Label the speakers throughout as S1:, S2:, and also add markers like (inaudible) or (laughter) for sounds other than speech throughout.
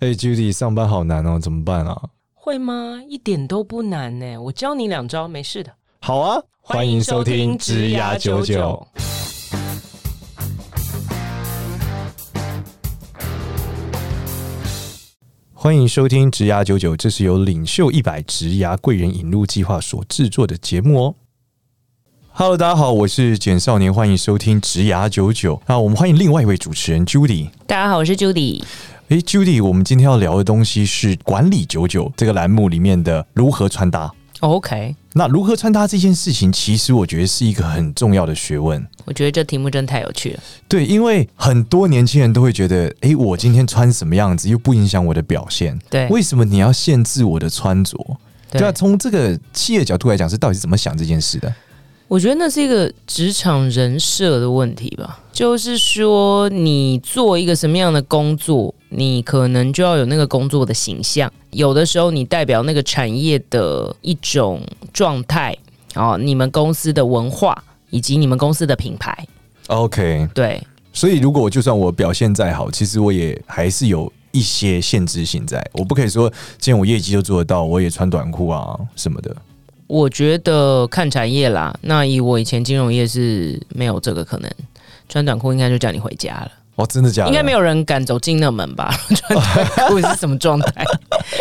S1: 哎、j u d y 上班好难哦，怎么办啊？
S2: 会吗？一点都不难呢、我教你两招，没事的。
S1: 好啊，欢迎收听《职涯九九》。欢迎收听《职涯九九》，这是由领袖一百职涯贵人引入计划所制作的节目哦。Hello，大家好，我是简少年，欢迎收听《职涯九九》。那我们欢迎另外一位主持人 Judy。
S3: 大家好，我是 Judy。
S1: 诶 j u d y 我们今天要聊的东西是“管理九九”这个栏目里面的如何穿搭。
S3: OK，
S1: 那如何穿搭这件事情，其实我觉得是一个很重要的学问。
S3: 我觉得这题目真的太有趣了。
S1: 对，因为很多年轻人都会觉得，诶，我今天穿什么样子又不影响我的表现，
S3: 对
S1: 为什么你要限制我的穿着？
S3: 对
S1: 对啊，从这个企业角度来讲，是到底是怎么想这件事的？
S3: 我觉得那是一个职场人设的问题吧，就是说你做一个什么样的工作，你可能就要有那个工作的形象。有的时候你代表那个产业的一种状态，哦，你们公司的文化以及你们公司的品牌，
S1: OK，
S3: 对
S1: 所以如果就算我表现再好，其实我也还是有一些限制性在，我不可以说今天我业绩就做得到，我也穿短裤啊什么的。
S3: 我觉得看产业啦。那以我以前金融业是没有这个可能，穿短裤应该就叫你回家了。
S1: 哦，真的假的？
S3: 应该没有人敢走进那门吧？ (laughs) 穿短裤是什么状态？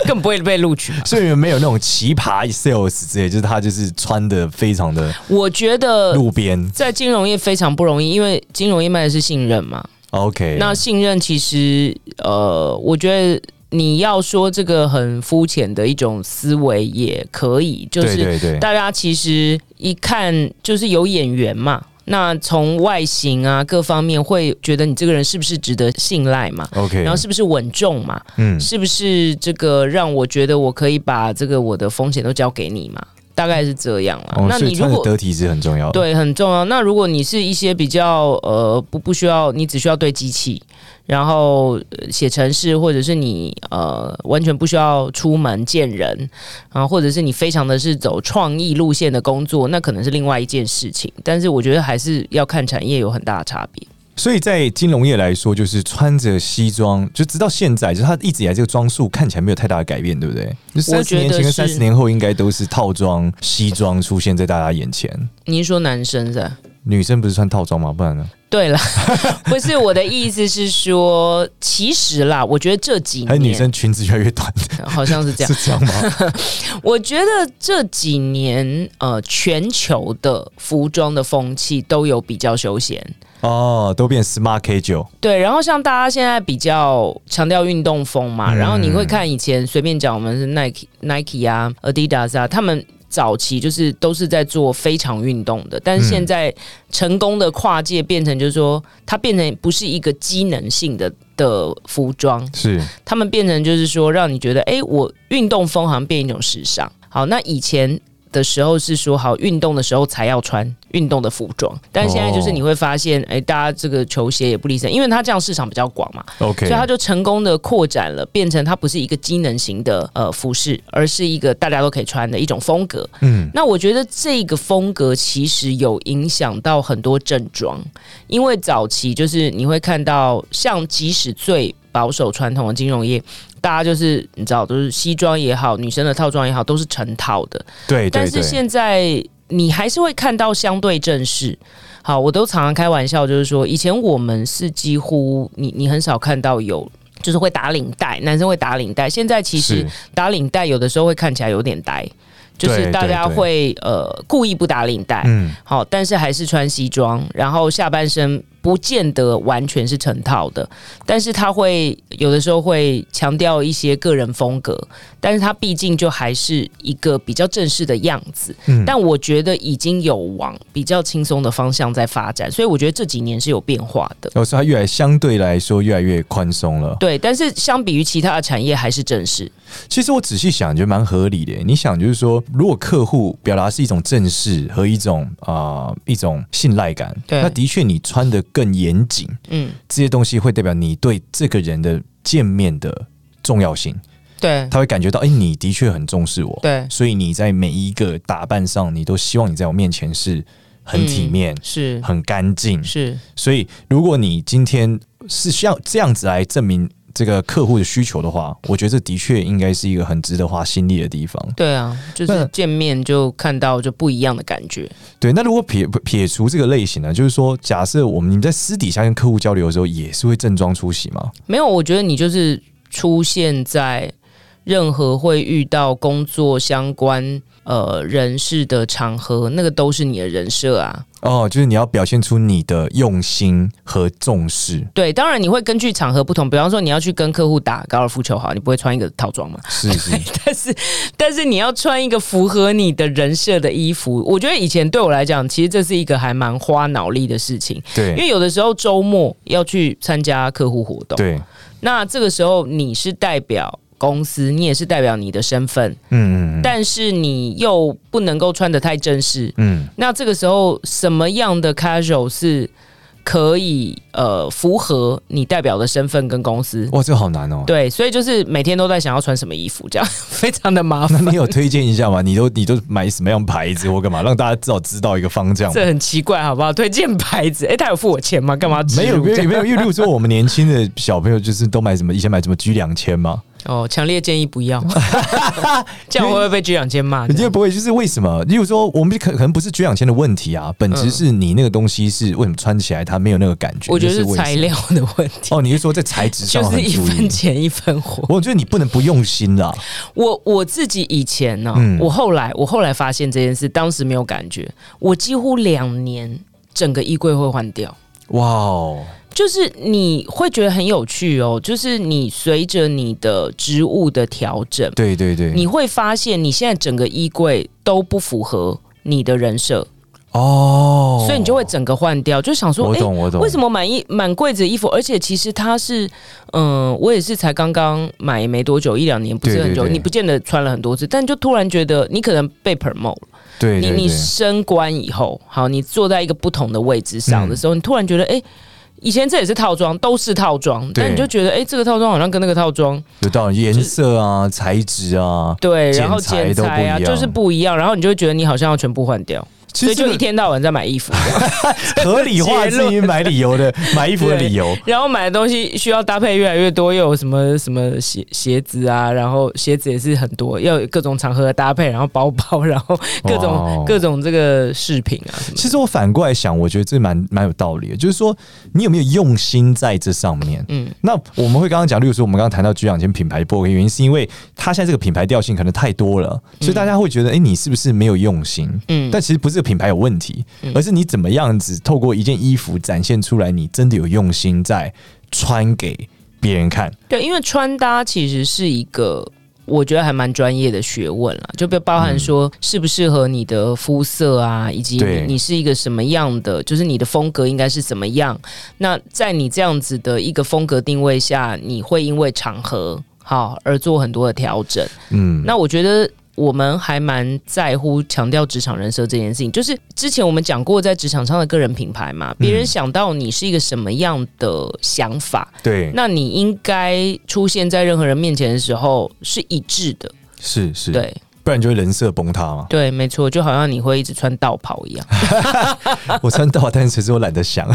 S3: 根本不会被录取
S1: (laughs)
S3: 吧。
S1: 所以你们没有那种奇葩 sales 之类，就是他就是穿的非常的
S3: 我觉得
S1: 路边。
S3: 在金融业非常不容易，因为金融业卖的是信任嘛。
S1: OK，
S3: 那信任其实，呃，我觉得你要说这个很肤浅的一种思维也可以，就是
S1: 对对对，
S3: 大家其实一看就是有眼缘嘛。那从外形啊各方面会觉得你这个人是不是值得信赖嘛？
S1: OK，
S3: 然后是不是稳重嘛？
S1: 嗯
S3: 是不是这个让我觉得我可以把这个我的风险都交给你嘛？大概是这样啦。
S1: 哦，
S3: 那
S1: 所
S3: 你
S1: 以
S3: 如
S1: 穿的
S3: 果
S1: 得体是很重要的。，
S3: 对很重要，那如果你是一些比较呃不不需要，你只需要对机器，然后呃写程式，或者是你呃完全不需要出门见人啊，或者是你非常的是走创意路线的工作，那可能是另外一件事情。但是我觉得还是要看产业有很大的差别。
S1: 所以在金融业来说，就是穿着西装，就直到现在，就是他一直以来这个装束看起来没有太大的改变，对不对？就
S3: 我
S1: 三十
S3: 觉得
S1: 年前跟
S3: 是
S1: 三十年后应该都是套装西装出现在大家眼前。
S3: 您说男生是吧？
S1: 女生不是穿套装吗？不然呢？
S3: 对了，不是我的意思是说，其实啦，我觉得这几
S1: 还有
S3: 年
S1: 女生裙子越来越短，
S3: 好像是这样
S1: 是。这样
S3: (laughs)
S1: 吗？
S3: 我觉得这几年呃，全球的服装的风气都有比较休闲。
S1: 哦，都变 smart K 九，
S3: 对，然后像大家现在比较强调运动风嘛，
S1: 嗯
S3: 然后你会看以前随便讲，我们是 Nike、Nike 啊、Adidas 啊，他们早期就是都是在做非常运动的，但是现在成功的跨界变成就是说，它变成不是一个机能性的的服装， (laughs)
S1: 是
S3: 他们变成就是说，让你觉得，哎、我运动风好像变一种时尚。好，那以前的时候是说，好运动的时候才要穿运动的服装，但现在就是你会发现，哎、大家这个球鞋也不离身，因为它这样市场比较广嘛，
S1: OK，
S3: 所以它就成功的扩展了，变成它不是一个机能型的呃服饰，而是一个大家都可以穿的一种风格。
S1: 嗯，
S3: 那我觉得这个风格其实有影响到很多正装，因为早期就是你会看到，像即使最保守传统的金融业，大家就是你知道，都是西装也好，女生的套装也好，都是成套的。
S1: 对
S3: 但
S1: 对
S3: 是
S1: 对，
S3: 现在你还是会看到相对正式。好，我都常常开玩笑，就是说以前我们是几乎你你很少看到有。就是会打领带，男生会打领带。现在其实
S1: 是
S3: 打领带有的时候会看起来有点呆，就是
S1: 对
S3: 大
S1: 对
S3: 家
S1: 对
S3: 会呃故意不打领带，
S1: 嗯。
S3: 好，但是还是穿西装，然后下半身不见得完全是成套的，但是他会有的时候会强调一些个人风格，但是他毕竟就还是一个比较正式的样子。
S1: 嗯
S3: 但我觉得已经有往比较轻松的方向在发展，所以我觉得这几年是有变化的。
S1: 哦，所以它越来相对来说越来越宽松了。
S3: 对，但是相比于其他的产业，还是正式。
S1: 其实我仔细想，觉得蛮合理的耶。你想，就是说，如果客户表达是一种正式和一种啊、呃一种信赖感，
S3: 对
S1: 那的确你穿的更严谨，
S3: 嗯，
S1: 这些东西会代表你对这个人的见面的重要性，
S3: 对，
S1: 他会感觉到，哎、你的确很重视我，
S3: 对，
S1: 所以你在每一个打扮上，你都希望你在我面前是很体面、
S3: 嗯是
S1: 嗯很干净，
S3: 是，
S1: 所以，如果你今天是像这样子来证明这个客户的需求的话，我觉得这的确应该是一个很值得花心力的地方。
S3: 对啊，就
S1: 那
S3: 是见面就看到就不一样的感觉。
S1: 对，那如果撇撇除这个类型呢，就是说，假设我们你们在私底下跟客户交流的时候，也是会正装出席吗？
S3: 没有，我觉得你就是出现在任何会遇到工作相关呃人事的场合，那个都是你的人设啊。
S1: 哦，就是你要表现出你的用心和重视，
S3: 对，当然你会根据场合不同，比方说你要去跟客户打高尔夫球，好，你不会穿一个套装嘛？ (laughs)
S1: 是是，
S3: 但是，但是你要穿一个符合你的人设的衣服。我觉得以前对我来讲，其实这是一个还蛮花脑力的事情，
S1: (laughs) 对
S3: 因为有的时候周末要去参加客户活动，
S1: 对，
S3: 那这个时候你是代表。公司，你也是代表你的身份，
S1: 嗯嗯
S3: 但是你又不能够穿得太正式。
S1: 嗯，
S3: 那这个时候，什么样的 casual 是可以呃符合你代表的身份跟公司？
S1: 哇，这个好难哦。
S3: 对，所以就是每天都在想要穿什么衣服，这样非常的麻烦。
S1: 那你有推荐一下吗？你都你都买什么样牌子或干嘛，让大家至少知道一个方向吗？
S3: 这很奇怪，好不好？推荐牌子，哎、他有付我钱吗？干嘛植
S1: 没有
S3: 入
S1: 没
S3: 这
S1: 有
S3: 样？
S1: 没有，因为例如说我们年轻的小朋友就是都买什么，以前买什么 G 两千嘛，
S3: 哦，强烈建议不
S1: (laughs)
S3: 要，这样我会不会被局长监骂
S1: 人家
S3: 的？
S1: 不会，就是为什么？例如说我们可可能不是 G 两千的问题啊，本质是你那个东西是为什么穿起来它没有那个感觉？
S3: 我觉得
S1: 这
S3: 是
S1: 为什么
S3: 材料的问题，
S1: 哦，你是说在材质上
S3: 就
S1: 很
S3: 是一
S1: 注意
S3: 分？钱一分货。
S1: 我觉得你不能不用心啦。
S3: 我我自己以前呢、
S1: 嗯
S3: 我后来我后来发现这件事，当时没有感觉，我几乎两年整个衣柜会换掉。
S1: 哇哦，
S3: 就是你会觉得很有趣哦，就是你随着你的职务的调整，
S1: 对对对，
S3: 你会发现你现在整个衣柜都不符合你的人设，
S1: 哦，
S3: 所以你就会整个换掉，就想说，
S1: 我
S3: 哎、
S1: 懂我懂，
S3: 为什么满衣满柜子的衣服？而且其实它是，嗯、我也是才刚刚买没多久，一两年不是
S1: 对对
S3: 很久，
S1: 对
S3: 你不见得穿了很多次，但就突然觉得你可能被 promote 了，
S1: 对对
S3: 你你
S1: 对
S3: 升官以后，好，你坐在一个不同的位置上的时候，你突然觉得，哎、以前这也是套装，都是套装，
S1: 对
S3: 但你就觉得，哎、这个套装好像跟那个套装，
S1: 有道理，颜色啊、材质啊，
S3: 对，然后
S1: 剪裁
S3: 剪
S1: 都
S3: 裁啊，
S1: 不一样
S3: 就是不一样，然后你就会觉得你好像要全部换掉，
S1: 其
S3: 所
S1: 实
S3: 以就
S1: 这
S3: 一
S1: 个
S3: 天到晚在买衣服。
S1: 合理化
S3: 结
S1: 自
S3: 论
S1: 己买理由的买衣服的理由。
S3: 然后买的东西需要搭配越来越多，又有什么什么鞋鞋子啊，然后鞋子也是很多，要有各种场合的搭配，然后包包，然后各种、
S1: 哇哦
S3: 各种这个饰品啊什么的。
S1: 其实我反过来想，我觉得这蛮蛮有道理的，就是说你有没有用心在这上面？嗯
S3: 嗯，
S1: 那我们会刚刚讲，例如说我们刚刚谈到居养间品牌不 OK，原因是因为它现在这个品牌调性可能太多了，所以大家会觉得，哎、你是不是没有用心？
S3: 嗯
S1: 但其实不是这个品牌有问题，而是你怎么样子透过一件衣服展现出来，你真的有用心在穿给别人看。
S3: 对，因为穿搭其实是一个。我觉得还蛮专业的学问啦，就包包含
S1: 嗯
S3: 说适不适合你的肤色啊，以及
S1: 对
S3: 你你是一个什么样的，就是你的风格应该是怎么样。那在你这样子的一个风格定位下，你会因为场合好而做很多的调整。
S1: 嗯，
S3: 那我觉得我们还蛮在乎强调职场人设这件事情，就是之前我们讲过在职场上的个人品牌嘛，别
S1: 嗯
S3: 人想到你是一个什么样的想法，
S1: 对，
S3: 那你应该出现在任何人面前的时候是一致的，
S1: 是是，
S3: 对
S1: 不然就会人设崩塌嘛。
S3: 对，没错，就好像你会一直穿道袍
S1: (laughs)
S3: 一样，
S1: 我穿到，但是其实我懒得想。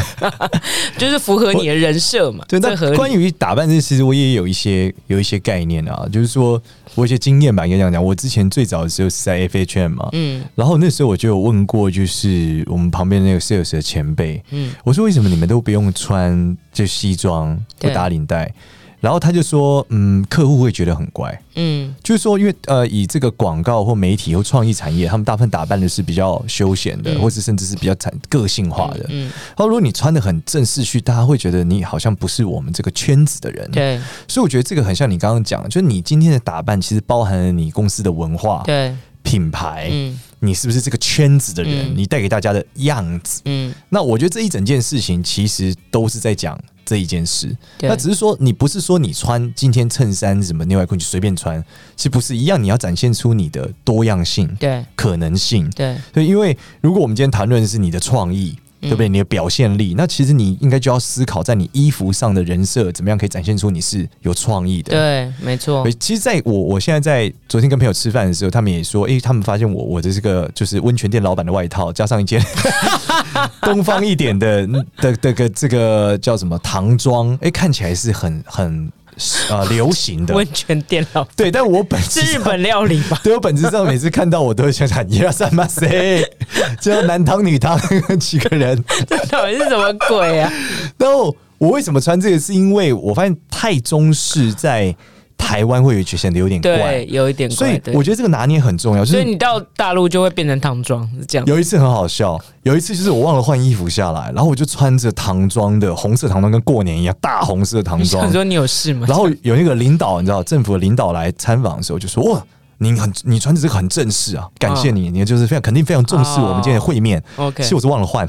S3: 就是符合你的人设嘛，
S1: 对，
S3: 这合
S1: 那
S3: 理
S1: 关于打扮这，其实我也有一些有一些概念啊，就是说我有一些经验吧，应该这样讲。我之前最早的时候是在 FHM 嘛，
S3: 嗯
S1: 然后那时候我就有问过，就是我们旁边那个 sales 的前辈，
S3: 嗯
S1: 我说为什么你们都不用穿就西装不
S3: 对
S1: 打领带？然后他就说，嗯，客户会觉得很怪，
S3: 嗯
S1: 就是说，因为呃，以这个广告或媒体或创意产业，他们大部分打扮的是比较休闲的，
S3: 嗯
S1: 或是甚至是比较产个性化的。
S3: 嗯，
S1: 然后如果你穿的很正式去，大家会觉得你好像不是我们这个圈子的人。
S3: 嗯对
S1: 所以我觉得这个很像你刚刚讲的，就是你今天的打扮其实包含了你公司的文化、
S3: 对，
S1: 品牌，
S3: 嗯
S1: 你是不是这个圈子的人，
S3: 嗯
S1: 你带给大家的样子。
S3: 嗯，
S1: 那我觉得这一整件事情其实都是在讲这一件事。
S3: 对
S1: 那只是说你不是说你穿今天衬衫什么牛仔裤你随便穿，其实不是一样，你要展现出你的多样性、
S3: 对
S1: 可能性。
S3: 对
S1: 所以，因为如果我们今天谈论的是你的创意，对不对？你的表现力，那其实你应该就要思考，在你衣服上的人设怎么样可以展现出你是有创意的。
S3: 对，没错
S1: 对，，其实在我我现在在昨天跟朋友吃饭的时候，他们也说，诶，他们发现我我的这个就是温泉店老板的外套，加上一件东方一点的的的个这个叫什么唐装，诶，看起来是很很呃流行的。
S3: 温泉店
S1: (laughs)
S3: 老
S1: 对，但我本质
S3: 是日
S1: 上
S3: 本料理
S1: (laughs)
S3: 吧？
S1: 对我本质上每次看到我都会想想，耶三八谁，
S3: (laughs)
S1: (laughs) 就要男汤女汤几个人。
S3: 这到底是什么鬼啊？
S1: 然后我为什么穿这个，是因为我发现太中式在台湾会有显得有点怪
S3: 对，，有一点
S1: 所
S3: 怪。
S1: 以
S3: 对
S1: 我觉得这个拿捏很重要。就
S3: 所以
S1: 是
S3: 你到大陆就会变成唐装，是这样。
S1: 有一次很好笑，有一次就是我忘了换衣服下来，然后我就穿着唐装的红色唐装，跟过年一样大红色唐
S3: 你
S1: 装
S3: 想。说你有事吗？
S1: 然后有那个领导，你知道政府的领导来参访的时候就说：“哇，你很你穿着这个很正式啊，感谢你，你就是非常肯定非常重视我们今天的会面。
S3: 哦 OK，
S1: 其实我是忘了
S3: (laughs)
S1: 换，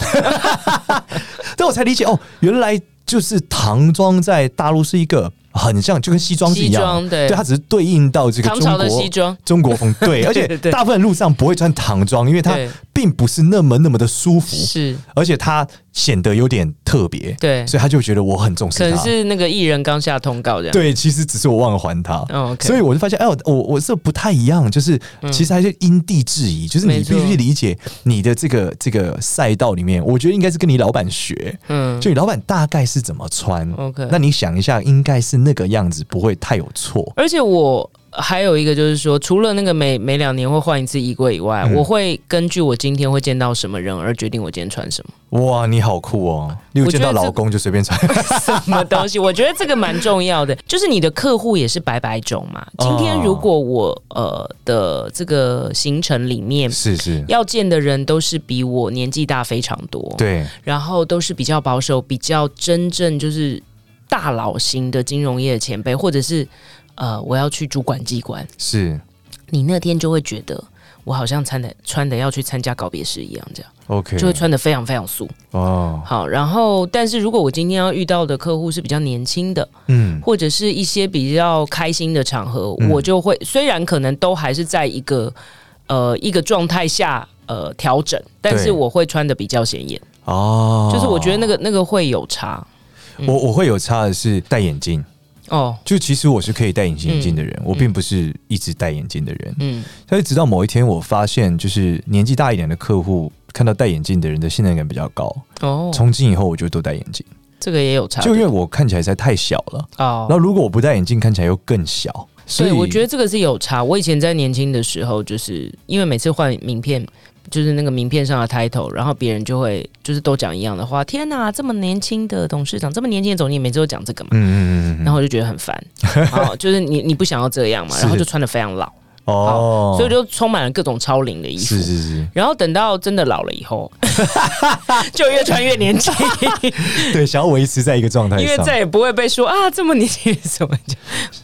S1: 但我才理解哦，原来就是唐装在大陆是一个很像就跟西装是一
S3: 西
S1: 样，
S3: 装对
S1: 它只是对应到这个
S3: 唐
S1: 中
S3: 朝
S1: 国
S3: 的西装
S1: 中国
S3: (laughs)
S1: 风，对，而且
S3: 对对
S1: 大部分路上不会穿唐装，因为它
S3: 对
S1: 并不是那么那么的舒服，
S3: 是
S1: 而且它显得有点特别，
S3: 对，
S1: 所以他就觉得我很重视
S3: 可能
S1: 它。
S3: 是那个艺人刚下通告这样。
S1: 对，其实只是我忘了还他。
S3: 哦，OK，嗯
S1: 所以我就发现，哎，我我我这不太一样，就是其实还是因地制宜，就是你
S3: 没错
S1: 必须理解你的这个这个赛道里面，我觉得应该是跟你老板学，
S3: 嗯
S1: 就你老板大概是怎么穿
S3: OK
S1: 那你想一下，应该是那个样子，不会太有错。
S3: 而且我还有一个就是说，除了那个每每两年会换一次衣柜以外，
S1: 嗯
S3: 我会根据我今天会见到什么人而决定我今天穿什么
S1: 哇，你好酷哦！你有
S3: 我觉
S1: 见
S3: 得
S1: 到老
S3: 这
S1: 公就随便穿，
S3: 什么东西。我觉得这个蛮重要的， (laughs) 就是你的客户也是百百种嘛。
S1: 哦
S3: 今天如果我呃的这个行程里
S1: (laughs)
S3: 面。
S1: 是是，
S3: 要见的人都是比我年纪大非常多，
S1: 对，
S3: 然后都是比较保守、比较真正就是大佬型的金融业的前辈，或者是呃，我要去主管机关，
S1: 是
S3: 你那天就会觉得我好像穿的穿的要去参加告别式一样，这样
S1: OK，
S3: 就会穿的非常非常素。
S1: 哦，
S3: 好，然后但是如果我今天要遇到的客户是比较年轻的，
S1: 嗯，
S3: 或者是一些比较开心的场合，
S1: 嗯
S3: 我就会虽然可能都还是在一个呃一个状态下。呃，调整，但是
S1: 对
S3: 我会穿的比较显眼，
S1: 哦，
S3: 就是我觉得那个那个会有差
S1: 我我会有差的是戴眼镜。
S3: 哦，
S1: 就其实我是可以戴隐形眼镜的人，我并不是一直戴眼镜的人。
S3: 嗯，
S1: 但是直到某一天，我发现就是年纪大一点的客户看到戴眼镜的人的信任感比较高。
S3: 哦，
S1: 从今以后，我就都戴眼镜，
S3: 这个也有差，
S1: 就因为我看起来实在太小了。然
S3: 哦，
S1: 后如果我不戴眼镜，看起来又更小。所
S3: 对，
S1: 以
S3: 我觉得这个是有差。我以前在年轻的时候，就是因为每次换名片，就是那个名片上的 title，然后别人就会就是都讲一样的话。天哪，这么年轻的董事长，这么年轻的总经理，每次都讲这个嘛，
S1: 嗯，嗯嗯嗯
S3: 然后我就觉得
S1: (laughs)
S3: 很烦。然后就是你你不想要这样嘛，
S1: 是
S3: 然后就穿的非常老，
S1: 哦，
S3: 所以就充满了各种超龄的衣服
S1: 是。是是，
S3: 然后等到真的老了以
S1: (laughs)
S3: 后，就越穿越年轻，
S1: 对，想要维持在一个状态
S3: 因为
S1: 上。
S3: 再也不会被说啊这么年轻 (laughs) 什么就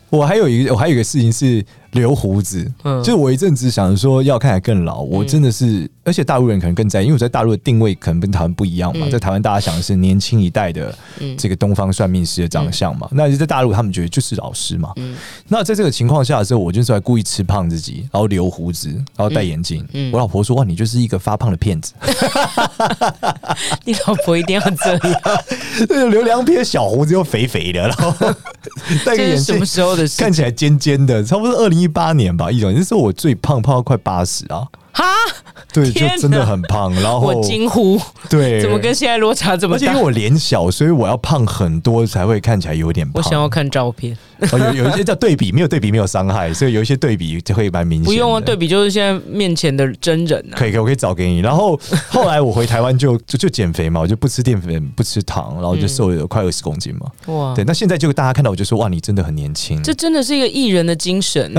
S1: 我还有一个，我还有一个事情是留胡子，
S3: 嗯
S1: 就是我一阵子想说要看起来更老，我真的是，而且大陆人可能更在意，因为我在大陆的定位可能跟台湾不一样嘛，
S3: 嗯
S1: 在台湾大家想的是年轻一代的
S3: 嗯
S1: 这个东方算命师的长相嘛，那在大陆他们觉得就是老师嘛。
S3: 嗯
S1: 那在这个情况下的时候，我就是还故意吃胖自己，然后留胡子，然后戴眼镜。
S3: 嗯嗯
S1: 我老婆说：“哇，你就是一个发胖的骗子， (laughs)
S3: 你老婆一定要这样，
S1: 留两撇小胡子又肥肥的，然后戴
S3: 这
S1: 个眼
S3: 是什
S1: 镜
S3: 么。”时候的事
S1: 看起来尖尖的，差不多二零一八年吧，一种那时候我最胖，胖到快八十啊，
S3: 哈，
S1: (laughs) 对，就
S3: 天哪
S1: 真的很 (laughs) 胖。然后
S3: 我惊呼，
S1: 对，
S3: 怎么跟现在落差这么
S1: 而且因
S3: 大
S1: 为？我脸小，所以我要胖很多才会看起来有点胖。
S3: 我想要看照片，
S1: 哦有有 (laughs) 一些叫对比，没有对比没有伤害，所以有一些对比就会蛮明显的。
S3: 不用啊，对比就是现在面前的真人啊。
S1: 可以，可以，我可以找给你。然后 (laughs) 后来我回台湾就就就减肥嘛，我就不吃淀粉，不吃糖，然后就瘦了快二十公斤嘛。
S3: 哇，
S1: 对，那现在就大家看到我就说哇，你真的很年轻。
S3: 这真的是一个艺人的精神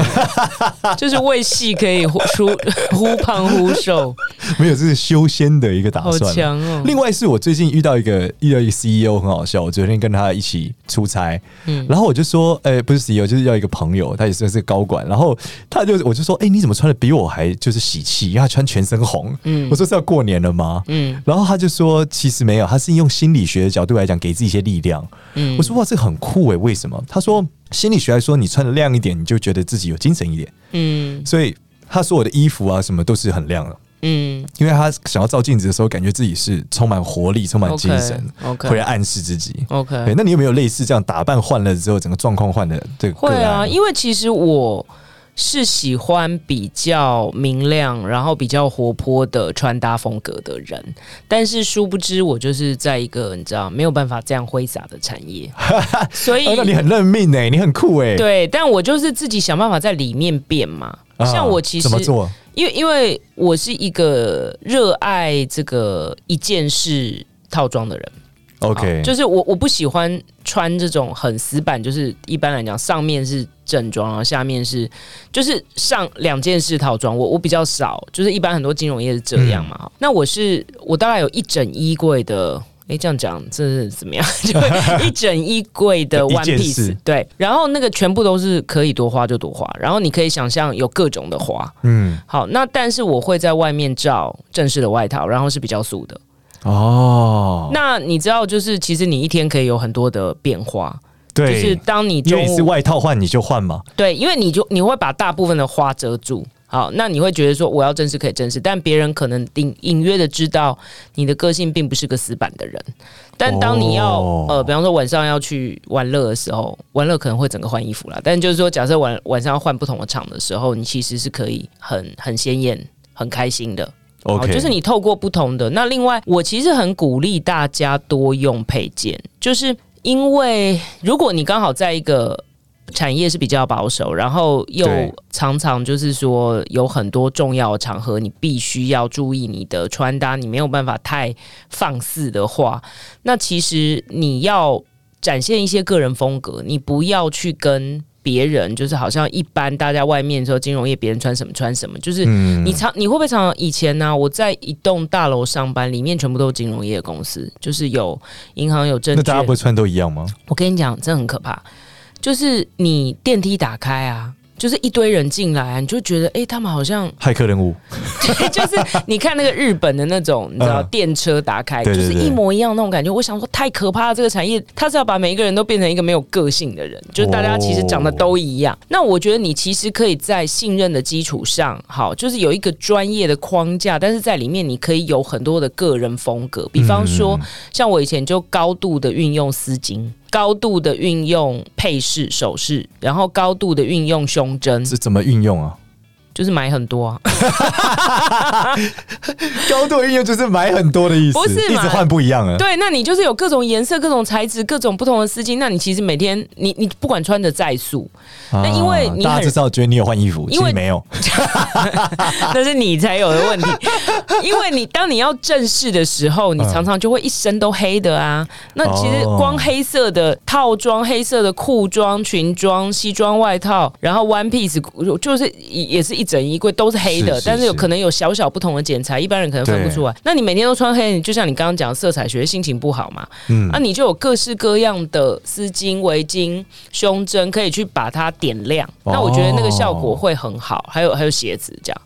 S3: 欸，
S1: (laughs)
S3: 就是为戏可以忽 (laughs) 出忽胖忽瘦， (laughs)
S1: 没有，这是修仙的一个打
S3: 好
S1: 算。
S3: 强哦。
S1: 另外是我最近遇到一个遇到一个 CEO 很好笑，我昨天跟他一起出差，
S3: 嗯
S1: 然后我就说，哎、不是 CEO，就是要一个朋友，他也算是个高管，然后他就我就说，哎、你怎么穿的比我还就是喜气？因为他穿全身红，
S3: 嗯
S1: 我说是要过年了吗？
S3: 嗯
S1: 然后他就说，其实没有，他是用心理学的角度来讲，给自己一些力量。
S3: 嗯
S1: 我说哇，这个很酷诶，为什么？他说心理学来说，你穿的亮一点，你就觉得自己有精神一点，
S3: 嗯
S1: 所以他说我的衣服啊什么都是很亮的。
S3: 嗯
S1: 因为他想要照镜子的时候，感觉自己是充满活力、充满精神，
S3: ，OK
S1: 会来暗示自己。对，
S3: OK，啊
S1: 那你有没有类似这样打扮换了之后，整个状况换了？对，
S3: 会
S1: 个
S3: 啊，
S1: 案
S3: 因为其实我是喜欢比较明亮，然后比较活泼的穿搭风格的人，但是殊不知我就是在一个你知道没有办法这样挥洒的产
S1: (laughs)
S3: 业，所以
S1: 啊，那你很认命哎、你很酷哎、
S3: 对，但我就是自己想办法在里面变嘛。
S1: 啊
S3: 像我其实
S1: 怎么做？
S3: 因为因为我是一个热爱这个一件事套装的人。
S1: OK，
S3: 好就是我我不喜欢穿这种很死板，就是一般来讲上面是正装，然后下面是就是上两件式套装。我我比较少，就是一般很多金融业是这样嘛。
S1: 嗯
S3: 那我是我大概有一整衣柜的。诶，这样讲这是怎么样？ (laughs) 就一整衣柜的
S1: 就 (laughs) 一
S3: one
S1: 件事
S3: piece，对，然后那个全部都是可以多花就多花，然后你可以想象有各种的花。
S1: 嗯，
S3: 好，那但是我会在外面罩正式的外套，然后是比较素的。
S1: 哦，
S3: 那你知道，就是其实你一天可以有很多的变化，就
S1: 对，
S3: 是当你
S1: 因
S3: 中
S1: 为你是
S3: 午
S1: 外套换你就换嘛，
S3: 对，因为你就你会把大部分的花遮住。好，那你会觉得说我要正式可以正式，但别人可能隐隐约的知道你的个性并不是个死板的人。但当你要、
S1: 哦
S3: 呃，比方说晚上要去玩乐的时候，玩乐可能会整个换衣服啦。但就是说，假设晚晚上要换不同的场的时候，你其实是可以很很鲜艳、很开心的。好
S1: OK，
S3: 哦就是你透过不同的。那另外，我其实很鼓励大家多用配件，就是因为如果你刚好在一个产业是比较保守，然后又
S1: 对
S3: 常常就是说有很多重要的场合，你必须要注意你的穿搭，你没有办法太放肆的话，那其实你要展现一些个人风格，你不要去跟。别人就是好像一般大家外面说金融业，别人穿什么穿什么，就是
S1: 嗯
S3: 你常你会不会常常以前呢、我在一栋大楼上班，里面全部都是金融业公司，就是有银行、有证
S1: 那大家
S3: 券
S1: 不。是穿都一样吗？
S3: 我跟你讲，这很可怕，就是你电梯打开啊。就是一堆人进来啊，你就觉得哎、诶他们好像
S1: 骇客任务，
S3: (laughs) 就是你看那个日本的那种，你知道、
S1: 嗯
S3: 电车打开，
S1: 对对
S3: 就是
S1: 对
S3: 一模一样那种感觉。我想说太可怕了，这个产业它是要把每一个人都变成一个没有个性的人，就是大家其
S1: 哦
S3: 实长得都一样。那我觉得你其实可以在信任的基础上，好，就是有一个专业的框架，但是在里面你可以有很多的个人风格，比方说。
S1: 嗯
S3: 像我以前就高度的运用丝巾，高度的运用配饰、首饰，然后高度的运用胸针，
S1: 这怎么运用
S3: (laughs)
S1: 啊？
S3: 就是买很多啊。
S1: 高度运用就是买很多的意思，
S3: 不是
S1: 一
S3: 嘛
S1: 直换不一样啊。
S3: 对，那你就是有各种颜色、各种材质、各种不同的丝巾，那你其实每天你你不管穿的再素，
S1: 啊
S3: 那因为你
S1: 大家
S3: 很
S1: 至少觉得你有换衣服，
S3: 因为
S1: 其实没有，
S3: 那是你才有的问题， (laughs) 因为你当你要正式的时候，你常常就会一身都黑的啊。那其实
S1: 嗯哦
S3: 光黑色的套装、黑色的裤装、裙装、西装外套，然后 one piece 就是也是一整衣柜都是黑的，
S1: 是是
S3: 但是有
S1: 是
S3: 可能有小小不同的剪裁，一般人可能分不
S1: 对
S3: 出来。那你每天都穿黑，你就像你刚刚讲的色彩学，心情不好嘛，
S1: 嗯
S3: 那、你就有各式各样的丝巾、围巾、胸针，可以去把它点亮。那我觉得那个效
S1: 哦
S3: 果会很好。还有还有鞋子这样，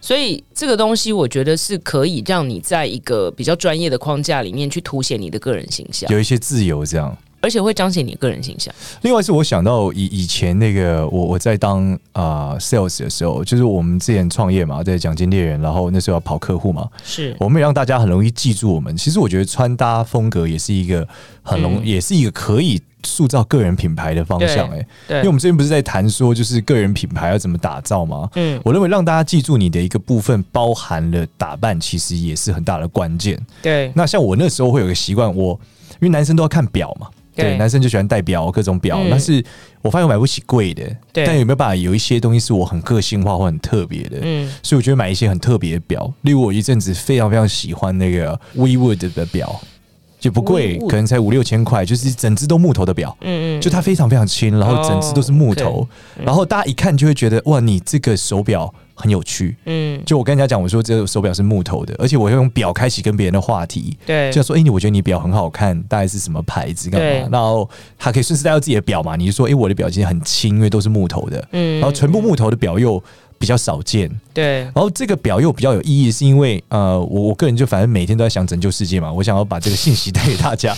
S3: 所以这个东西我觉得是可以让你在一个比较专业的框架里面去凸显你的个人形象，
S1: 有一些自由这样。
S3: 而且会彰显你的个人形象。
S1: 另外是我想到以以前那个我我在当啊、呃 sales 的时候，就是我们之前创业嘛，在奖金猎人，然后那时候要跑客户嘛，
S3: 是
S1: 我们也让大家很容易记住我们。其实我觉得穿搭风格也是一个很容，
S3: 嗯
S1: 也是一个可以塑造个人品牌的方向、欸。
S3: 对
S1: 因为我们最近不是在谈说，就是个人品牌要怎么打造吗？
S3: 嗯
S1: 我认为让大家记住你的一个部分，包含了打扮，其实也是很大的关键。
S3: 对
S1: 那像我那时候会有一个习惯，我因为男生都要看表嘛，对，
S3: 对
S1: 男生就喜欢戴表，各种表，
S3: 嗯
S1: 但是我发现我买不起贵的，
S3: 对
S1: 但有没有办法有一些东西是我很个性化或很特别的？
S3: 嗯
S1: 所以我觉得买一些很特别的表，例如我一阵子非常非常喜欢那个 WeWood 的表，就不贵，
S3: WeWood
S1: 可能才五六千块，就是整只都木头的表。
S3: 嗯嗯，哦嗯
S1: 就它非常非常轻，然后整只都是木头，然后大家一看就会觉得哇，你这个手表很有趣。
S3: 嗯
S1: 就我跟人家讲，我说这个手表是木头的，而且我会用表开启跟别人的话题，
S3: 对
S1: 就像说，哎、你我觉得你表很好看，大概是什么牌子干嘛
S3: 对？
S1: 然后他可以顺势带到自己的表嘛，你就说，哎、我的表其实很轻，因为都是木头的，
S3: 嗯
S1: 然后全部木头的表又比较少见，
S3: 对
S1: 然后这个表又比较有意义，是因为呃，我我个人就反正每天都在想拯救世界嘛，我想要把这个信息 (laughs) 带给大
S3: (laughs)
S1: 家。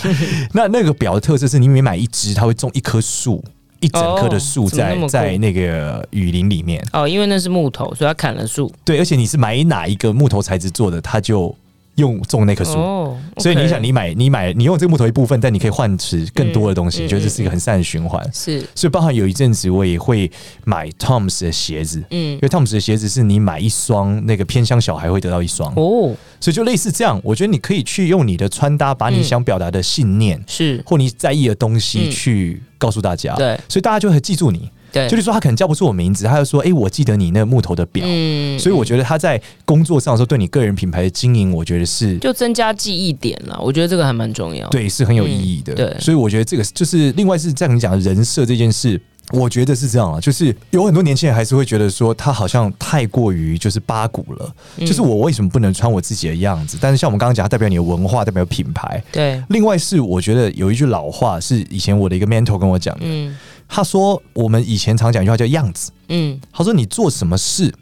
S1: 那那个表的特色是你每买一只，它会种一棵树，一整棵的树
S3: 哦怎么
S1: 在、
S3: 那么酷
S1: 在那个雨林里面。
S3: 哦，因为那是木头，所以它砍了树。
S1: 对，而且你是买哪一个木头材质做的，它就用种那棵树。
S3: 哦，
S1: 所以你
S3: OK
S1: 想，你买你买你用这个木头一部分，但你可以换取更多的东西，
S3: 嗯嗯
S1: 就是是一个很善的循环。
S3: 是，
S1: 所以，包含有一阵子我也会买 Toms 的鞋子，
S3: 嗯
S1: 因，为 Toms 的鞋子是你买一双，那个偏乡小孩会得到一双，
S3: 哦，
S1: 所以就类似这样。我觉得你可以去用你的穿搭，把你
S3: 嗯
S1: 想表达的信念、
S3: 是，
S1: 或你在意的东西
S3: 嗯
S1: 去告诉大家，
S3: 对
S1: 所以大家就会记住你。
S3: 对，
S1: 就是说，他可能叫不出我名字，他就说：“哎、我记得你那个木头的表。
S3: 嗯
S1: 所以我
S3: 嗯
S1: 觉得他在工作上的时候，对你个人品牌的经营，我觉得是
S3: 就增加记忆点了，我觉得这个还蛮重要。，
S1: 对，是很有意义的。
S3: 哦嗯对
S1: 所以我觉得这个就是另外是这样你讲的人设这件事。我觉得是这样啊，就是有很多年轻人还是会觉得说，他好像太过于就是八股了。
S3: 嗯
S1: 就是我为什么不能穿我自己的样子？但是像我们刚刚讲，它代表你的文化，代表品牌。
S3: 对，
S1: 另外是我觉得有一句老话是以前我的一个 mentor 跟我讲的，
S3: 嗯
S1: 他说我们以前常讲一句话叫样子，
S3: 嗯，
S1: 他说你做什么事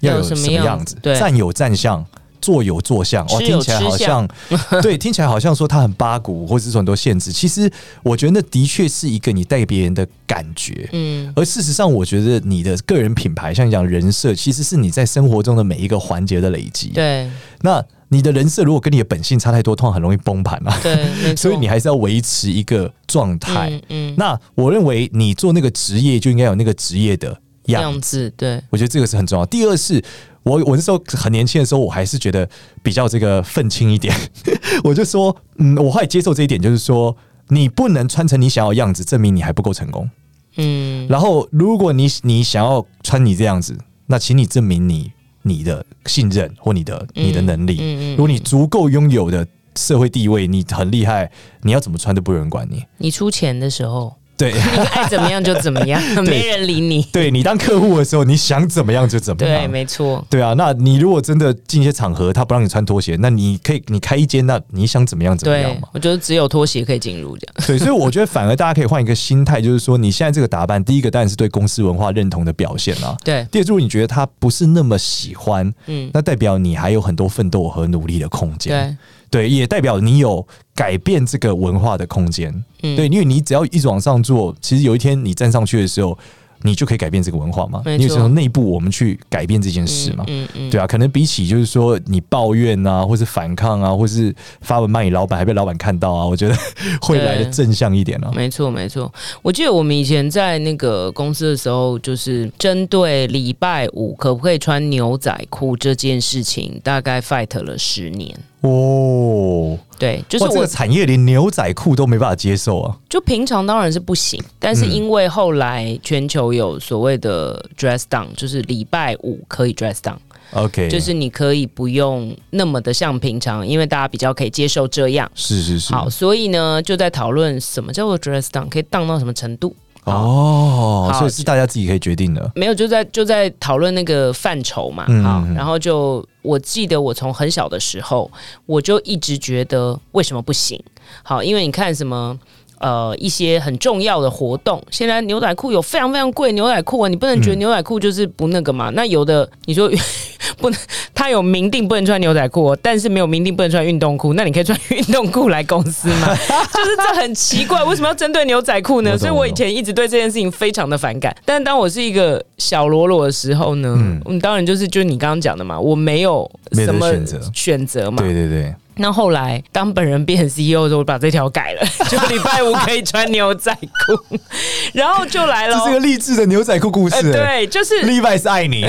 S1: 要
S3: 要
S1: 有
S3: 有
S1: 什
S3: 什
S1: 么
S3: 么
S1: 样
S3: 样
S1: 子
S3: 子，对
S1: 站有站相。坐有坐相，哇，
S3: 吃有
S1: 听起来
S3: 吃
S1: 好像，
S3: (laughs)
S1: 对，听起来好像说他很八股，或者是说很多限制。其实我觉得那的确是一个你带给别人的感觉，
S3: 嗯，
S1: 而事实上，我觉得你的个人品牌，像你讲人设，其实是你在生活中的每一个环节的累积。
S3: 对
S1: 那你的人设如果跟你的本性差太多，通常很容易崩盘啊。
S3: 对，没错
S1: 所以你还是要维持一个状态。
S3: 嗯嗯
S1: 那我认为你做那个职业就应该有那个职业的样
S3: 样子，对，
S1: 我觉得这个是很重要。第二是。我我那时候很年轻的时候，我还是觉得比较这个愤青一点， (laughs) 我就说，嗯，我后来接受这一点，就是说，你不能穿成你想要的样子，证明你还不够成功。
S3: 嗯
S1: 然后，如果你你想要穿你这样子，那请你证明你你的信任或你的你的能力。
S3: 嗯
S1: 如果你足够拥有的社会地位，你很厉害，你要怎么穿都不有人管你。
S3: 你出钱的时候，
S1: 对， (laughs)
S3: 你爱怎么样就怎么样，没人理你。
S1: 对你当客户的时候，你想怎么样就怎么样。
S3: 对，没错，
S1: 对啊，那你如果真的进一些场合，他不让你穿拖鞋，那你可以你开一间，那你想怎么样怎么样
S3: 对
S1: 嘛？，
S3: 我觉得只有拖鞋可以进入这样。
S1: 对，所以我觉得反而大家可以换一个心态，就是说你现在这个打扮，第一个当然是对公司文化认同的表现啊。
S3: 对，
S1: 第二，如果你觉得他不是那么喜欢，
S3: 嗯，
S1: 那代表你还有很多奋斗和努力的空间。
S3: 对，
S1: 对，也代表你有改变这个文化的空间。
S3: 嗯，
S1: 对，因为你只要一直往上做，其实有一天你站上去的时候，你就可以改变这个文化嘛。
S3: 没错
S1: 你也是从内部我们去改变这件事嘛。
S3: 嗯嗯，
S1: 对啊，可能比起就是说你抱怨啊，或是反抗啊，或是发文骂你老板，还被老板看到啊，我 (laughs) 觉得会来的正向一点啊。
S3: 没错，没错。我记得我们以前在那个公司的时候，就是针对礼拜五可不可以穿牛仔裤这件事情，大概 fight 了十年。
S1: 哦，
S3: 对，就是
S1: 哇这
S3: 我
S1: 个产业连牛仔裤都没办法接受啊。
S3: 就平常当然是不行，但
S1: 嗯
S3: 是因为后来全球有所谓的 dress down，就是礼拜五可以 dress down，
S1: OK，
S3: 就是你可以不用那么的像平常，因为大家比较可以接受这样。
S1: 是是是，
S3: 好，所以呢，就在讨论什么叫做 dress down，可以 down 到什么程度？
S1: 哦，
S3: 好
S1: 所以是大家自己可以决定的。
S3: 没有，就在就在讨论那个范畴嘛。
S1: 嗯
S3: 好
S1: 嗯，
S3: 然后就我记得我从很小的时候，我就一直觉得为什么不行？好，因为你看什么。呃，一些很重要的活动，现在牛仔裤有非常非常贵的牛仔裤啊，你不能觉得
S1: 嗯
S3: 牛仔裤就是不那个嘛。那有的你说 (laughs) 不能，他有明定不能穿牛仔裤哦、但是没有明定不能穿运动裤，那你可以穿运动裤来公司
S1: (laughs)
S3: 吗？就是这很奇怪，为什么要针对牛仔裤
S1: 我
S3: 呢？
S1: 懂
S3: 所以我以前一直对这件事情非常的反感。但是当我是一个小喽啰的时候呢，
S1: 嗯
S3: 嗯，当然就是就是你刚刚讲的嘛，我没有
S1: 没有
S3: 什么
S1: 选择
S3: 选择嘛。
S1: 对对对，
S3: 那后来当本人变成 CEO 的时候，我把这条改了， (laughs) 就礼拜五可以穿牛仔裤， (laughs) 然后就来了
S1: 这
S3: 哦。
S1: 是个励志的牛仔裤故事、
S3: 呃，
S1: 欸。
S3: 对，就是
S1: Levi 是爱
S3: (laughs)
S1: 你，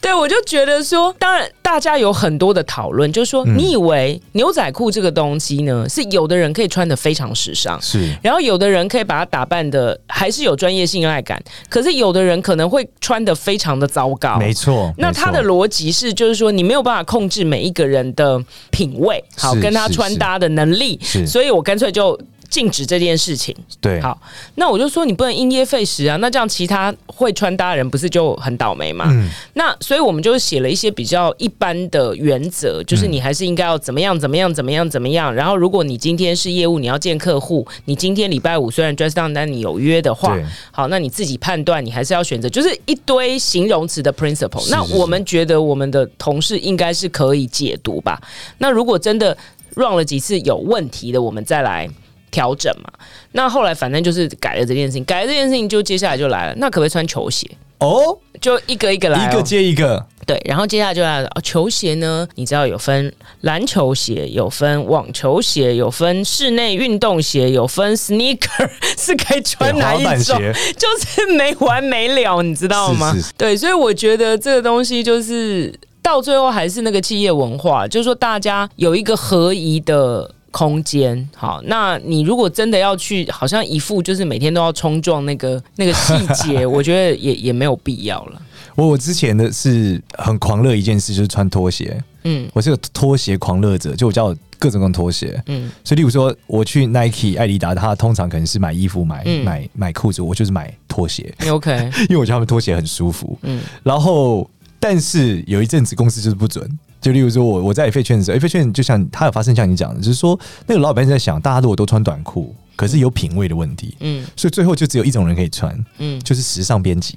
S3: 对，我就觉得说，当然大家有很多的讨论，就
S1: 嗯
S3: 是说，你以为牛仔裤这个东西呢，是有的人可以穿的非常时尚，
S1: 是
S3: 然后有的人可以把它打扮的还是有专业信赖感，可是有的人可能会穿的非常的糟糕。
S1: 没错。
S3: 那
S1: 没错
S3: 他的逻辑是，就是说你没有办法控制每一个人的品味，好
S1: 是
S3: 跟他
S1: 是
S3: 穿
S1: 是
S3: 搭的能力，
S1: 是
S3: 所以我干脆就禁止这件事情。
S1: 对，
S3: 好，那我就说你不能因噎废食啊，那这样其他会穿搭的人不是就很倒霉吗？
S1: 嗯
S3: 那所以我们就写了一些比较一般的原则，就是
S1: 嗯
S3: 你还是应该要怎么样怎么样怎么样怎么样。然后，如果你今天是业务，你要见客户，你今天礼拜五虽然 dress down，但你有约的话
S1: 对，
S3: 好，那你自己判断，你还是要选择，就是一堆形容词的 principle
S1: 是。
S3: 那
S1: 是
S3: 我们觉得我们的同事应该是可以解读吧？那如果真的 run 了几次有问题的，我们再来。调整嘛，那后来反正就是改了这件事情，改了这件事情就接下来就来了，那可不可以穿球鞋？
S1: 哦，
S3: 就一个一个来哦、
S1: 一个接一个，
S3: 对，然后接下来就来了、哦球鞋呢，你知道有分篮球鞋，有分网球鞋，有分室内运动鞋，有分 sneaker (laughs) 是可以
S1: 对
S3: 穿哪一
S1: 滑板
S3: 种，
S1: 鞋
S3: (laughs) 就是没完没了，你知道吗？
S1: 是是
S3: 对，所以我觉得这个东西就是到最后还是那个企业文化，就是说大家有一个合宜的。空间好，那你如果真的要去，好像一副就是每天都要冲撞那个那个细
S1: (laughs)
S3: 节，我觉得也也没有必要了。
S1: 我我之前的是很狂热一件事，就是穿拖鞋。
S3: 嗯
S1: 我是个拖鞋狂热者，就我家有各种各样的拖鞋。
S3: 嗯
S1: 所以，例如说，我去 Nike、艾迪达，他通常可能是买衣服、买、
S3: 嗯
S1: 买买裤子，我就是买拖鞋， (laughs)
S3: ，OK，
S1: 因为我觉得他们拖鞋很舒服。
S3: 嗯。
S1: 然后，但是有一阵子公司就是不准。就例如说我我在 F 券的时候，F 券就像它有发生像你讲的，就是说那个老板在想，大家如果都穿短裤，可是有品味的问题，
S3: 嗯
S1: 所以最后就只有一种人可以穿，
S3: 嗯，
S1: 就是时尚编辑。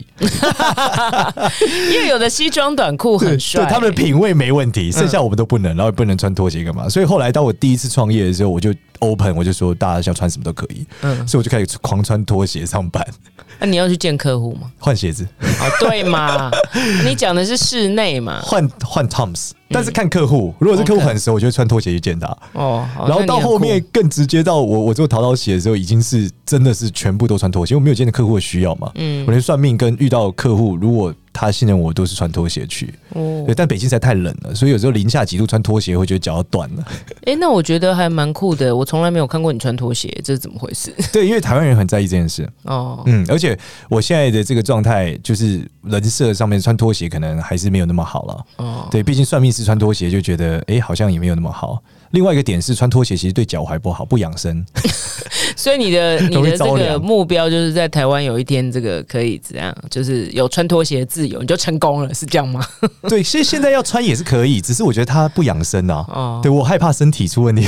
S3: 因为有的西装短裤很帅、嗯
S1: 对他们的品味没问题，剩下我们都不能，然后也不能穿拖鞋干嘛？所以后来当我第一次创业的时候，我就 open，我就说大家想穿什么都可以，
S3: 嗯，
S1: 所以我就开始狂穿拖鞋上班，
S3: 那、你要去见客户吗？
S1: 换鞋子，
S3: 哦，对嘛， (laughs) 你讲的是室内嘛？
S1: 换换 Toms，但是看客户，如果是客户
S3: 嗯 OK
S1: 很熟，我就会穿拖鞋去见他。
S3: 哦，好
S1: 然后
S3: 那你
S1: 到
S3: 很
S1: 后面
S3: 酷
S1: 更直接到我我做淘到鞋的时候，已经是真的是全部都穿拖鞋，因为我没有见到客户的需要嘛。
S3: 嗯
S1: 我连算命跟遇到客户，如果他信任我，都是穿拖鞋去。
S3: 哦
S1: 对，，但北京实在太冷了，所以有时候零下几度穿拖鞋会觉得脚要断了。
S3: 哎、那我觉得还蛮酷的，我从来没有看过你穿拖鞋，这是怎么回事？
S1: (laughs) 对，因为台湾人很在意这件事。
S3: 哦，
S1: 嗯，而且我现在的这个状态，就是人设上面穿拖鞋可能还是没有那么好了。
S3: 哦，
S1: 对，毕竟算命师穿拖鞋就觉得，哎、好像也没有那么好。另外一个点是，穿拖鞋其实对脚踝不好，不养生。
S3: (laughs) 所以你的你
S1: 容易
S3: 的这
S1: 着
S3: 个
S1: 凉
S3: 目标就是在台湾有一天这个可以怎样，就是有穿拖鞋的自由，你就成功了，是这样吗？
S1: (laughs) 对，其实现在要穿也是可以，只是我觉得它不养生啊。
S3: 哦，
S1: 对我害怕身体出 (laughs) 问题，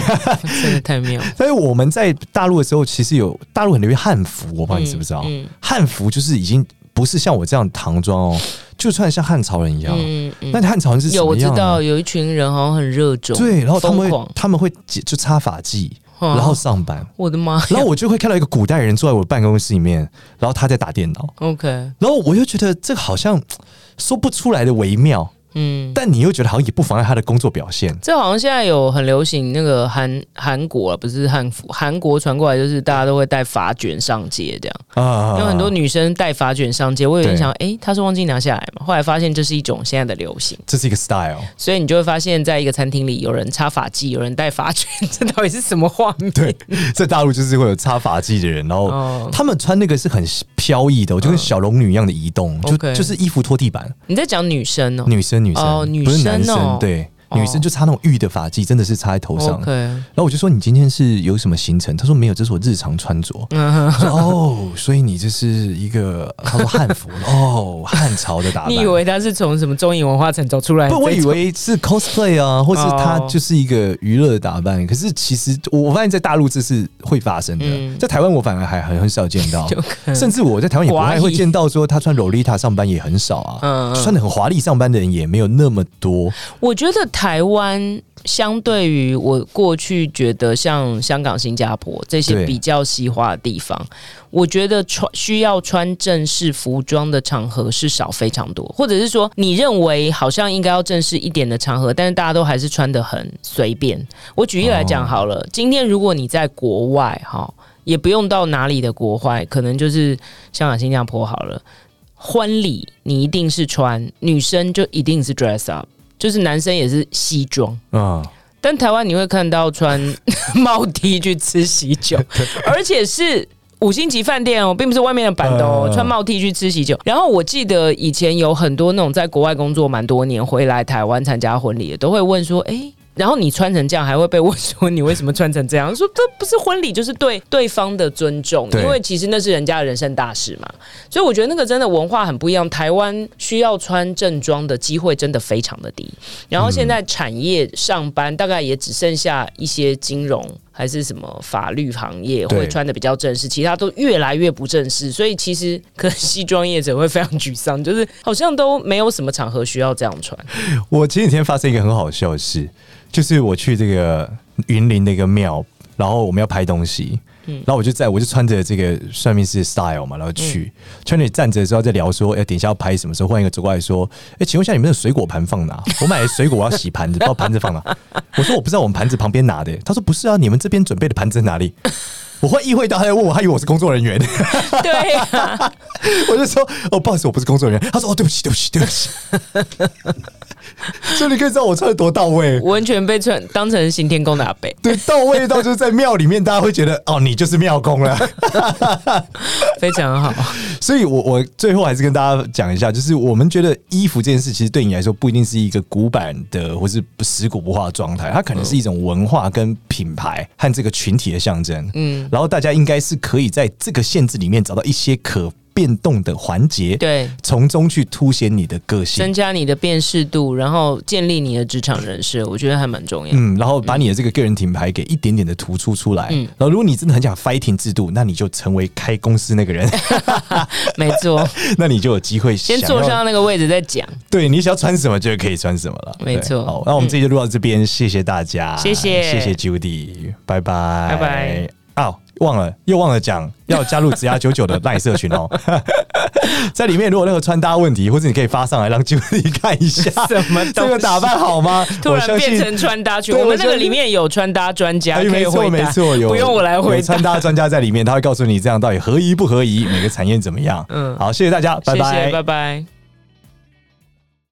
S3: 真的太妙了，
S1: 所以我们在大陆的时候，其实有大陆很流行汉服，我 (laughs) 不知道你知不知道？
S3: 嗯
S1: 汉服就是已经不是像我这样唐装哦，就穿得像汉朝人一样。
S3: 嗯嗯
S1: 那汉朝人是什
S3: 有我
S1: 么
S3: 知
S1: 样、啊
S3: 道？有一群人好像很热衷，
S1: 对，然后他们
S3: 疯
S1: 会
S3: 狂
S1: 他们会解就擦发髻，
S3: 哦
S1: 然后上班，
S3: 我的妈呀，
S1: 然后我就会看到一个古代人坐在我的办公室里面，然后他在打电脑，
S3: OK，
S1: 然后我又觉得这个好像说不出来的微妙，
S3: 嗯，
S1: 但你又觉得好像也不妨碍他的工作表现。
S3: 这好像现在有很流行那个韩韩国啊，不是汉服，韩国传过来就是大家都会带发卷上街这样，
S1: 啊，
S3: 有很多女生带发卷上街，我有点
S1: 对
S3: 想，诶，她是忘记拿下来嘛，后来发现这是一种现在的流行，
S1: 这是一个 style， (laughs)
S3: 所以你就会发现在一个餐厅里有人插发髻，有人带发卷，这到底是什么画面？
S1: 对，在大陆就是会有插发髻的人，然后
S3: 哦嗯
S1: 他们穿那个是很飘逸的，就跟小龙女一样的移动，就
S3: OK
S1: 就是衣服拖地板，
S3: 你在讲女生哦、
S1: 女生女生，
S3: 哦女
S1: 不是男
S3: 生哦
S1: 生，对，
S3: 哦
S1: 女生就插那种玉的发髻，真的是插在头上。
S3: OK，
S1: 然后我就说你今天是有什么行程？他说没有，这是我日常穿着。
S3: 嗯
S1: 我说哦，所以你这是一个他说汉服哦，汉朝的打扮。
S3: 你以为她是从什么中影文化城走出来的这
S1: 不，
S3: 种？
S1: 我以为是 cosplay 啊，或是它
S3: 哦
S1: 就是一个娱乐的打扮。可是其实我我发现，在大陆这是会发生的，
S3: 嗯
S1: 在台湾我反而还很很少见到
S3: (laughs) 有，可能
S1: 甚至我在台湾也不太
S3: 华
S1: 会
S3: 裔
S1: 见到说他穿 Lolita 上班也很少啊，
S3: 嗯嗯
S1: 穿的很华丽上班的人也没有那么多。
S3: 我觉得台湾相对于我过去觉得像香港、新加坡这
S1: 对
S3: 些比较西化的地方，我觉得穿需要穿正式服装的场合是少非常多，或者是说你认为好像应该要正式一点的场合，但是大家都还是穿的很随便。我举例来讲好了，今天如果你在国外哈，也不用到哪里的国外，可能就是香港、新加坡好了。婚礼你一定是穿，女生就一定是 dress up，就是男生也是西装。
S1: 嗯，
S3: 但台湾你会看到穿 (laughs) 帽 T 去吃喜
S1: (laughs)
S3: 酒，而且是。五星级饭店哦，并不是外面的板的哦，
S1: 嗯
S3: 穿帽 T 去吃喜酒。然后我记得以前有很多那种在国外工作蛮多年回来台湾参加婚礼的，都会问说，哎、然后你穿成这样，还会被问说你为什么穿成这样？说这不是婚礼，就是
S1: (laughs)
S3: 对对方的尊重，
S1: 对
S3: 因为其实那是人家的人生大事嘛。所以我觉得那个真的文化很不一样。台湾需要穿正装的机会真的非常的低，然后现在产业上班大概也只剩下一些金融还是什么法律行业
S1: 对
S3: 会穿的比较正式，其他都越来越不正式。所以其实可能西装业者会非常沮丧， (laughs) 就是好像都没有什么场合需要这样穿。
S1: 我前几天发生一个很好笑的事，就是我去这个云林的一个庙，然后我们要拍东西，嗯，然后我就在我就穿着这个算命师的 style 嘛，然后去，穿着站着的时候在聊说，哎、等一下要拍什么时候？忽然一个走过来说，哎、请问一下你们的水果盘放哪？ (laughs) 我买的水果我要洗盘子，不知道盘子放哪。我说我不知道我们盘子旁边拿的、他说不是啊，你们这边准备的盘子在哪里？我会意会到，他在问我，他以为我是工作人员，
S3: 对啊，
S1: 我就说哦，不好意思，我不是工作人员。他说哦，对不起，对不起，对不起。 (laughs) 所以你可以知道我穿的多到位。
S3: 完全被穿当成行天宫的阿北，
S1: 对，到位到就是在庙里面，大家会觉得哦，你就是庙公了。
S3: 非常好。
S1: 所以我，我最后还是跟大家讲一下，就是我们觉得衣服这件事，其实对你来说不一定是一个古板的或是死古不化的状态，它可能是一种文化跟品牌和这个群体的象征。嗯，然后大家应该是可以在这个限制里面找到一些可变动的环节，，
S3: 对，
S1: 从中去凸显你的个性
S3: 增。加你的辨识度，然后建立你的职场人设，我觉得还蛮重要。
S1: 嗯，然后把你的这个个人品牌给一点点的突出出来。
S3: 嗯
S1: 然后，如果你真的很想 fighting 制度，那你就成为开公司那个
S3: (laughs)
S1: 人，
S3: 没错，
S1: 那你就有机会
S3: 先
S1: 想
S3: 坐
S1: 要
S3: 上那个位置再讲。
S1: 对你想要穿什么就可以穿什么了，
S3: 没
S1: 对
S3: 错
S1: 好，那我们这集就录到这边，谢谢大家，
S3: 谢谢
S1: 谢谢 Judy，拜拜，
S3: 拜拜。
S1: 啊，忘了，又忘了讲， (laughs) 要加入子牙九九的赖社群哦。 (laughs) 在里面如果有任何穿搭问题，或者你可以发上来让 Judy 看一下，
S3: 什么东西
S1: 这个打扮好吗？
S3: (laughs) 突
S1: 我相
S3: 然
S1: 信
S3: 变成穿搭群，
S1: 对
S3: 我们
S1: 我
S3: 那
S1: 相
S3: 个
S1: 信
S3: 里面有穿搭专家
S1: 哎，
S3: 可
S1: 没
S3: 以
S1: 错
S3: 回
S1: 没
S3: 答，
S1: 错，有
S3: 不用我来回
S1: 有
S3: 答
S1: 穿。搭专家在里面，他会告诉你这样到底合宜不合宜，每个产业怎么样。嗯，
S3: 嗯
S1: 好，谢谢大家，拜
S3: 谢
S1: 拜，
S3: 谢，拜拜。